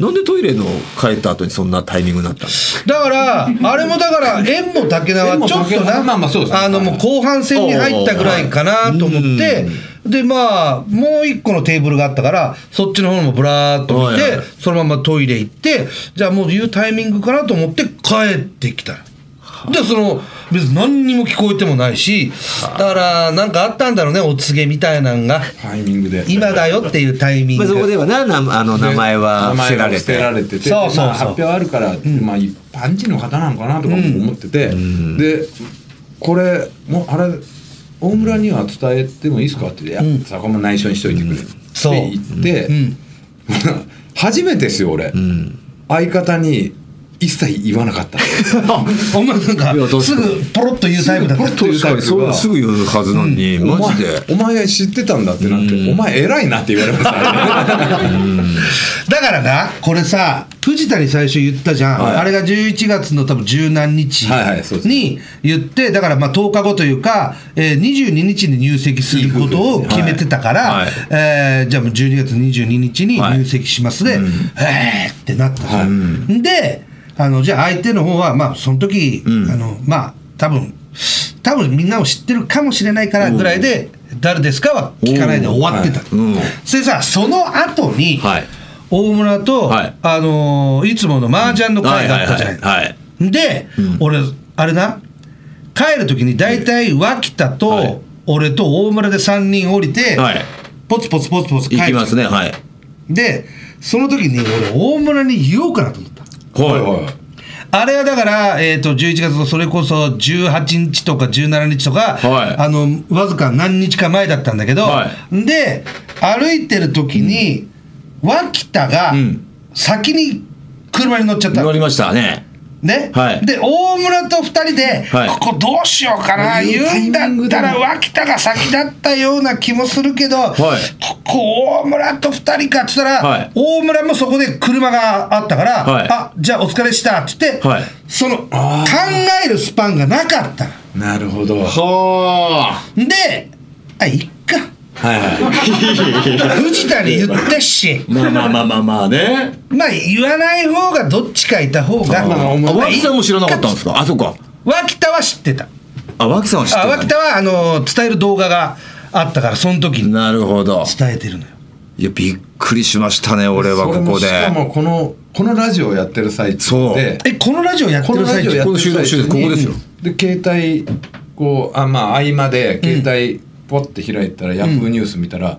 A: なんでトイレの帰った後にそんなタイミングになったんですか
C: だから、あれもだから、縁も竹縄、
B: 縁も
C: ちょっ
B: 竹
C: と
B: 縄
C: な、
B: まあまあそうですね
C: あの、もう後半戦に入ったぐらいかなと思って、で、まあ、もう一個のテーブルがあったから、そっちの方もぶらーっと見
A: はい
C: て
A: はい、
C: そのままトイレ行って、じゃあもう言うタイミングかなと思って帰ってきた。で、その、別に何にも聞こえてもないし、だから、なんかあったんだろうね、お告げみたいなんが。
B: タイミングで
C: 今だよっていうタイミン
A: まあ、
C: グ。
A: そこではななあの名前は伏せられ
B: 名前は伏
A: て
B: られてて
C: そうそうそう
B: まあ発表あるから、まあ、一般人の方なのかなとかも思ってて、でこれもうあれ大村には伝えてもいいですかって言って「いや、
C: うん
B: そこも内緒にしといてくれ」って
C: そう
B: 言って、
C: うん。
B: [LAUGHS] 初めてですよ俺、相方に一切言わなかった
C: [LAUGHS] お前なんか
A: いや確か、に
C: すぐポロッと言うタイプだった。
A: 確かにそうだすぐ言うはずなのに、
B: お
A: マジ
B: 前
A: で
B: お前知ってたんだってなって、お前偉いなって言われま
A: [LAUGHS]
B: したね
C: だからなこれさ藤田に最初言ったじゃん、
B: はい
C: あれが11月の多分十何日
B: はいはいそうです
C: に言って、だからまあ10日後というか、えー22日に入籍することを決めてたから、
B: はいはい
C: えーじゃあもう12月22日に入籍しますで、えーってなったじゃん、であのじゃあ相手の方はまあその時、あのまあ多分多分みんなを知ってるかもしれないからぐらいで、誰ですかは聞かないで終わってた、
A: うん
C: でさその後に、
A: はい
C: 大村と、
A: はい
C: あのーいつもの麻雀の会があったじゃない,、
A: はいはいはい
C: で、俺あれな帰る時に大体脇田と、
A: はい
C: 俺と大村で3人降りて、
A: はい
C: ポツポツポツポツ帰
A: 行
C: って
A: きますねはい
C: でその時に俺大村に言おうかなと思った
A: はい
C: あれはだから、えー、と11月のそれこそ18日とか17日とか、
A: はい
C: あのわずか何日か前だったんだけど、
A: は
C: で歩いてる時に、脇田が
A: うん
C: 先に車に乗っちゃったの
A: 乗りましたね
C: ね、
A: はい
C: で大村と2人で、
A: はい
C: ここどうしようかな言うんだったら脇田が先だったような気もするけど、
A: い
C: ここ大村と2人かっつったら、
A: はい
C: 大村もそこで車があったから「
A: はい
C: あじゃあお疲れした」っつって、
A: はい
C: その考
B: あー
C: えるスパンがなかった
B: [LAUGHS] なるほどはい
A: はあ
C: ので「あいっか
B: はい
C: 藤田に言ったし」
A: まあまあまあまあまあね
C: まあ言わない方がどっちかいた方が
B: まあお前
C: まあ
A: 脇さんも知らなかったんですかあそっか
C: 脇田は知ってた
A: あ脇さんは知って
C: あ
A: た
C: 脇田はあの伝える動画があったからその時に
A: なるほど
C: 伝えてるのよ
A: いやびっくりしましたね俺はここ
B: それもしか
A: で
B: もこのこのラジオをやってる最中で
C: えこのラジオやって
B: こ
C: る
B: のラ
C: 最
B: ジオ
C: 中
B: やってる最中に
A: ここですよ
B: で携帯こうあまあ合間で携帯ポッて開いたらヤフーニュース見たら、うわ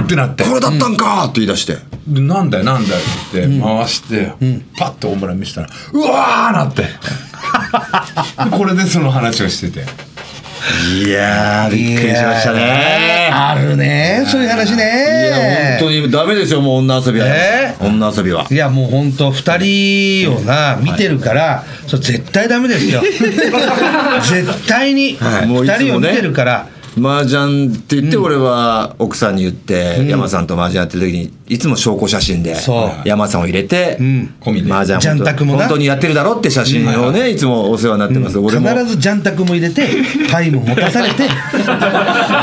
B: ーってなって
A: これだったんかって言い出して
B: でなんだよなんだよって言って回して、パッと大村見せたらうわーなっ
A: [LAUGHS]
B: てでこれでその話をしてて
A: いやーびっくりしましたね
C: あるねそういう話ね
A: いや本当にダメですよもう女遊びは、
C: ね
A: 女遊びはい
C: やもう本当二人をな見てるから、それ絶対ダメですよ絶対に
A: はいもういつ
C: 二
A: もね
C: 人を見てるから、
A: 麻雀って言って俺は奥さんに言って、山さんと麻雀やってる時にいつも証拠写真で
C: そう
A: 山さんを入れて、
C: ん
A: 込みで麻雀
C: ジャン
A: 本
C: タ
A: 当
C: クもな
A: 本当にやってるだろって写真をね、いつもお世話になってます、俺も
C: 必ずジャンタクも入れてパイも持たされて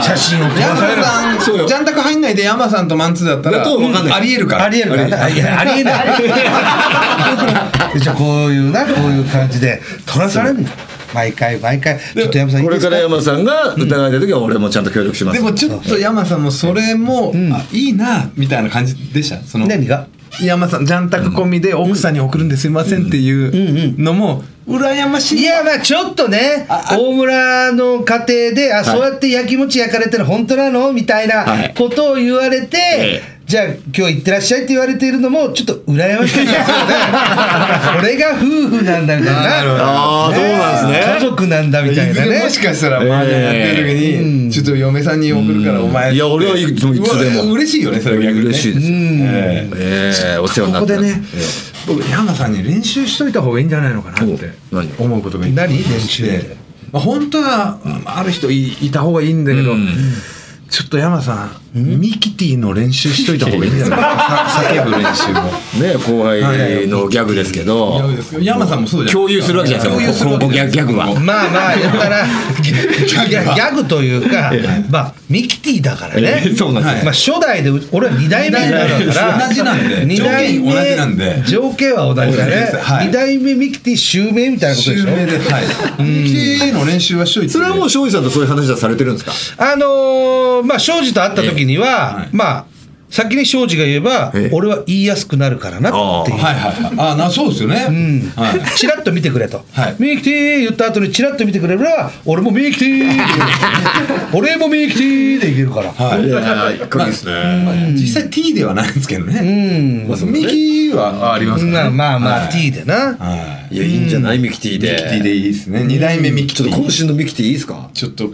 C: 写真を撮らされる
B: さん
A: そうよ
B: ジャンタク入んないで山さんとマンツーだった
A: だとわかんない
B: ありえるから
C: ありえるからねありえない [LAUGHS] ありえないじゃあこういうなこういう感じで撮らされるの毎回毎回ちょっと山さんいい
A: こ
C: で
A: れ
C: す
A: か
C: から
A: 山さんが疑いた時は俺もちゃんと協力します
B: でもちょっと山さんもそれも、あいいなみたいな感じでしたその
C: 何が
B: 山さんジャンタク込みで奥さんに送るんですいませんっていうのも羨ましい
C: いやまあちょっとね大村の家庭であ、そうやって焼きもち焼かれてる本当なのみたいな
A: はい
C: ことを言われて、
A: ええ
C: じゃあ今日行ってらっしゃいって言われているのもちょっと羨ましい
A: [LAUGHS]
C: ですよねこれが夫婦なんだみたい
B: なるほ
C: な
B: ど
A: ああ、そうなんですね。
C: 家族なんだみたいなね
B: もしかしたらマージャンやってる時に、ちょっと嫁さんに送るからお前って
A: いや俺はいつもいつでも
B: うわ嬉しいよねそれ逆に、ね、
A: 嬉しいです。ええお世話にな
B: こ
A: っ
B: こ
A: た。
B: でね、僕山さんに練習しといた方がいいんじゃないのかなって
A: お何
B: 思うことがいっぱいあ
C: 何
B: り
C: 練
B: ま
C: 習
B: してまあ本当はある人いいた方がいいんだけど、ちょっと山さんミキティの練習しといた方がいい
A: [LAUGHS]
B: んじゃないかなさ叫ぶ練習も
A: ね後輩のギャグですけど、
B: 山さんもそうじゃない
A: 共有するわけじゃないですか。
B: 共有する
A: こ
B: わけ
A: こギャギャグは。
C: まあまあ言ったらギャギャグというか、まあミキティだからね、
A: ええそうなんですよ
C: まあ、初代でう俺は2代目になるから
B: 同じなんで
C: 二代
B: 条
C: 目
B: 件同じなんで
C: 条件は同じだ
B: 同じ
C: ね
B: ですはい
C: 2代目ミキティ襲名みたいなことで
B: 襲
C: しょ
B: 名ではいミキティの練習はしといて
A: それはもう庄司さんとそういう話はされてるんですか。
C: あのーまあ庄司と会った時には、まあ先に庄司が言えば、
A: ええ
C: 俺は言いやすくなるからなっていう
B: はいはいはいあなそうですよね、うんはい
C: チラッと見てくれと、
B: はい
C: ミキティ言った後にチラッと見てくれれば俺もミキティ俺もミキティでいけ
B: [LAUGHS]
C: るから、
B: はい
A: やかっこいいですね。
B: まあ実際 T ではないんですけどね、まあ、その右はありますから
C: まあ
B: ね
C: まあまあ、
B: はい
C: T でな、
B: はい
A: いやいいんじゃないミキティで。
B: ミキティでいいですね。二代目ミキ
A: ち
B: テ
A: ょっ
B: ィ。
A: と今週のミキティいいですか。
B: ちょっと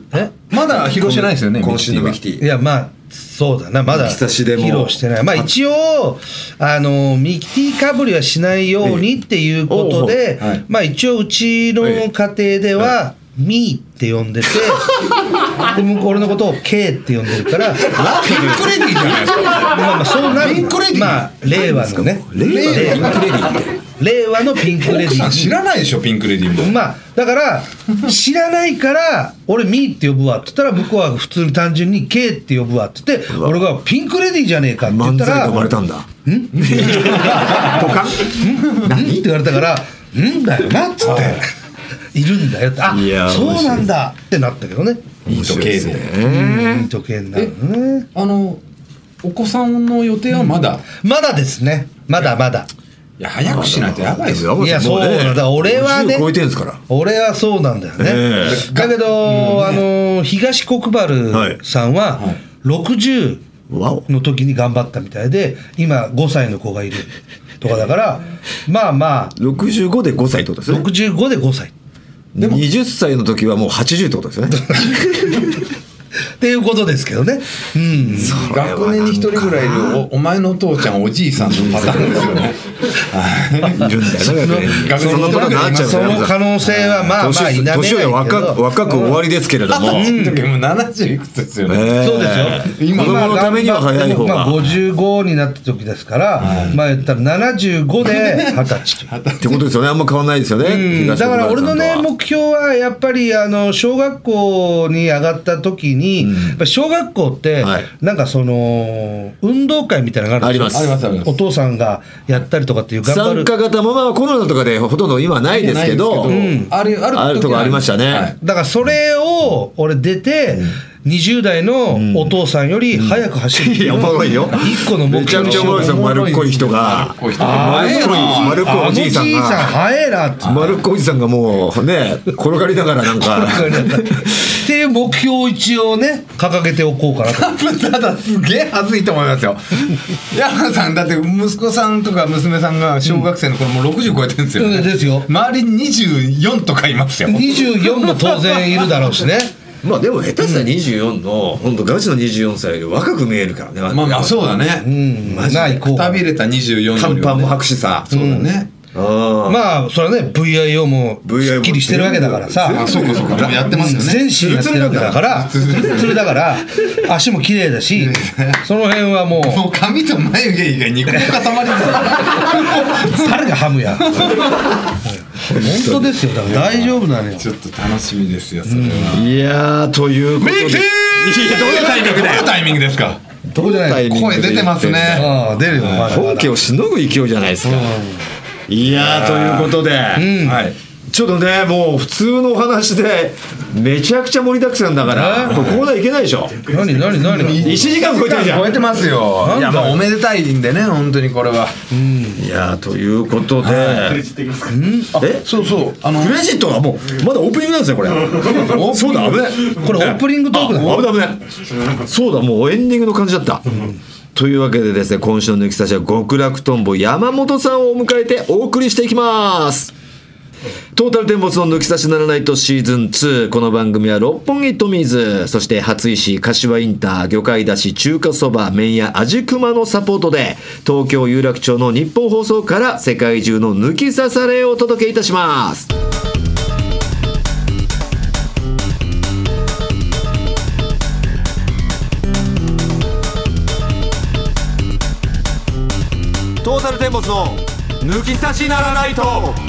B: まだ披露してないですよね。
A: 今週のミキテ
B: ィ
C: い
A: ィ。
C: やまあそうだなまだ
A: 抜き差しでも
C: 披露してないまあ一応あのミキティかぶりはしないようにっていうことで、
B: おうはい
C: まあ一応うちの家庭では「ミー」って呼んでてで向こう俺のことを「K」って呼んでるからま
B: は。ピンクレディーじゃないですか。
C: あまあそうな
B: ピ
C: る
B: ンクレディー
C: まあ令和のね
A: 令和のミキティ
C: 令和のピンクレディ
B: 奥さん
C: ー
B: 知らないでしょピンクレディーも。
C: まあだから知らないから俺「ミー」って呼ぶわって言ったら向こうは普通に単純に「K」って呼ぶわって言って俺が「ピンクレディーじゃねえか」って言っ
A: 漫
C: た
A: 才
C: ら
A: が生まれたんだ。ん？ポカン？
C: 何って言われたから「うんだよな」っつって「いるんだよ」って「あ
A: いや
C: そうなんだ」ってなったけどね
B: いい時計で。
C: うん時計になるね
B: あのお子さんの予定はまだ。
C: まだですねまだまだ
B: いや早くしないとやばいですよ。
C: いやそうなんだだから俺はね
A: 50超えてんすから。
C: 俺はそうなんだよね、
A: え
C: だけど、あの東国
A: はい
C: 原さんは60
A: わお。
C: の時に頑張ったみたいで今5歳の子がいるとかだからまあまあ
A: 六十五で五歳ってことですね。
C: 65で5歳
A: でも20歳の時はもう80ってことですね。
C: [LAUGHS] っていうことですけどねうん
B: 学年に一人ぐらいいるおお前のお父ちゃんおじいさんのパターンですよね。は
A: い
B: い
A: るんだよね、学年に。
B: 学年
A: そ
B: に
A: のままなっちゃう
C: そ
A: から
C: の可能性はまあまあ否めないけど
A: 年よ若く若く終わりですけれ
C: [LAUGHS]
A: ども。
B: 二十歳の時もう70いくつですよね。
A: ええ
C: そうですよ
A: 子供のためには早い方
C: まあ、
A: が。
C: 55になった時ですから、まあ言ったら75で
A: [LAUGHS]
C: 二十歳という
A: ってことですよね。あんま変わんないですよね。
C: うんだ
A: 東
C: か
A: 村
C: ら俺のね
A: さんとは
C: 目標はやっぱりあの小学校に上がった時に、やっぱ小学校って
A: はい
C: なんかその運動会みたいなのがあ
A: あり
C: るん
A: ま
C: で
A: す
C: す
B: あ。りますあります
C: お。父さんがやったりとかっていう頑張
A: 参
C: る
A: 加型もまあコロナとかでほとんど今はないですけど、
B: うんあるある時は
A: あるとこありましたね
B: はい
C: だからそれを俺出て、20代のお父さんより早く走るって
A: いやおもろいよ。
C: 一個の目標
A: めちゃくちゃおもろいですよ。丸っこい人が。
B: こういう人
A: 丸っこい丸っこいおじいさん
C: あのじいさん
A: が。
C: 早えなって
A: 丸っこいおじさんがもうね転がりながらなんか。
C: っていう目標を一応ね掲げておこう
A: [LAUGHS]
C: かなと
B: 多分ただすげえ恥ずいと思いますよ山田さんだって息子さんとか娘さんが小学生の頃もう60超えてるんですよ、
C: うんですよ
B: 周りに24とかいますよ
C: 24も当然いるだろうしね
A: [LAUGHS] まあでも下手したら24の、本当ガチの24歳より若く見えるからね。
B: まあまあそうだ
C: う
B: ね、
C: ん
A: マジで
C: ない子
B: くたびれた24よりは
A: 短
B: ね
A: パンも白紙さ。
B: そうだね、
A: あ
C: まあそれはね VIO もすっきりしてるわけだからさ
B: あそうかそうかでもやってますよね
C: 全身やってるわけだからツル [LAUGHS] ツルだから足も綺麗だしその辺はもう
B: もう髪と眉毛以外肉の塊だよ
C: 誰がハムや本当ですよだから大丈夫なのよ
B: ちょっと楽しみですよそれは、
A: あ。いやー、ということで。いやどういうタイミングだ
B: ど
A: よ
B: ういう。タイミングですか
C: どこじゃない
A: タイミングで
B: 声出てますね
C: ああ出るよまだまだ
A: 本家をしのぐ勢いじゃないですか。いやー、ということで。
B: はい
A: ちょっとねもう普通のお話でめちゃくちゃ盛りだくさんだからここまでいけないでしょ
C: 何何何
A: 1時間超えてるじゃん
B: 超えてますよ
C: なんだよ
B: いやまあおめでたいんでね本当にこれはい
A: やーということでえ
B: そうそうあの
A: クレジットがもうまだオープニングなんですねこれそうだ危ない
C: これオープニングトークだよ
A: あ危ない危ないそうだもうエンディングの感じだったというわけでですね今週の抜き差しは極楽とんぼ山本さんをお迎えてお送りしていきますトータルテンボスの抜き差しならないとシーズン2。この番組は六本木トミーズ、そして初石、柏インター、魚介だし、中華そば、麺屋、味熊のサポートで、東京有楽町の日本放送から世界中の抜き差されをお届けいたします。トータルテンボスの抜き差しならないと。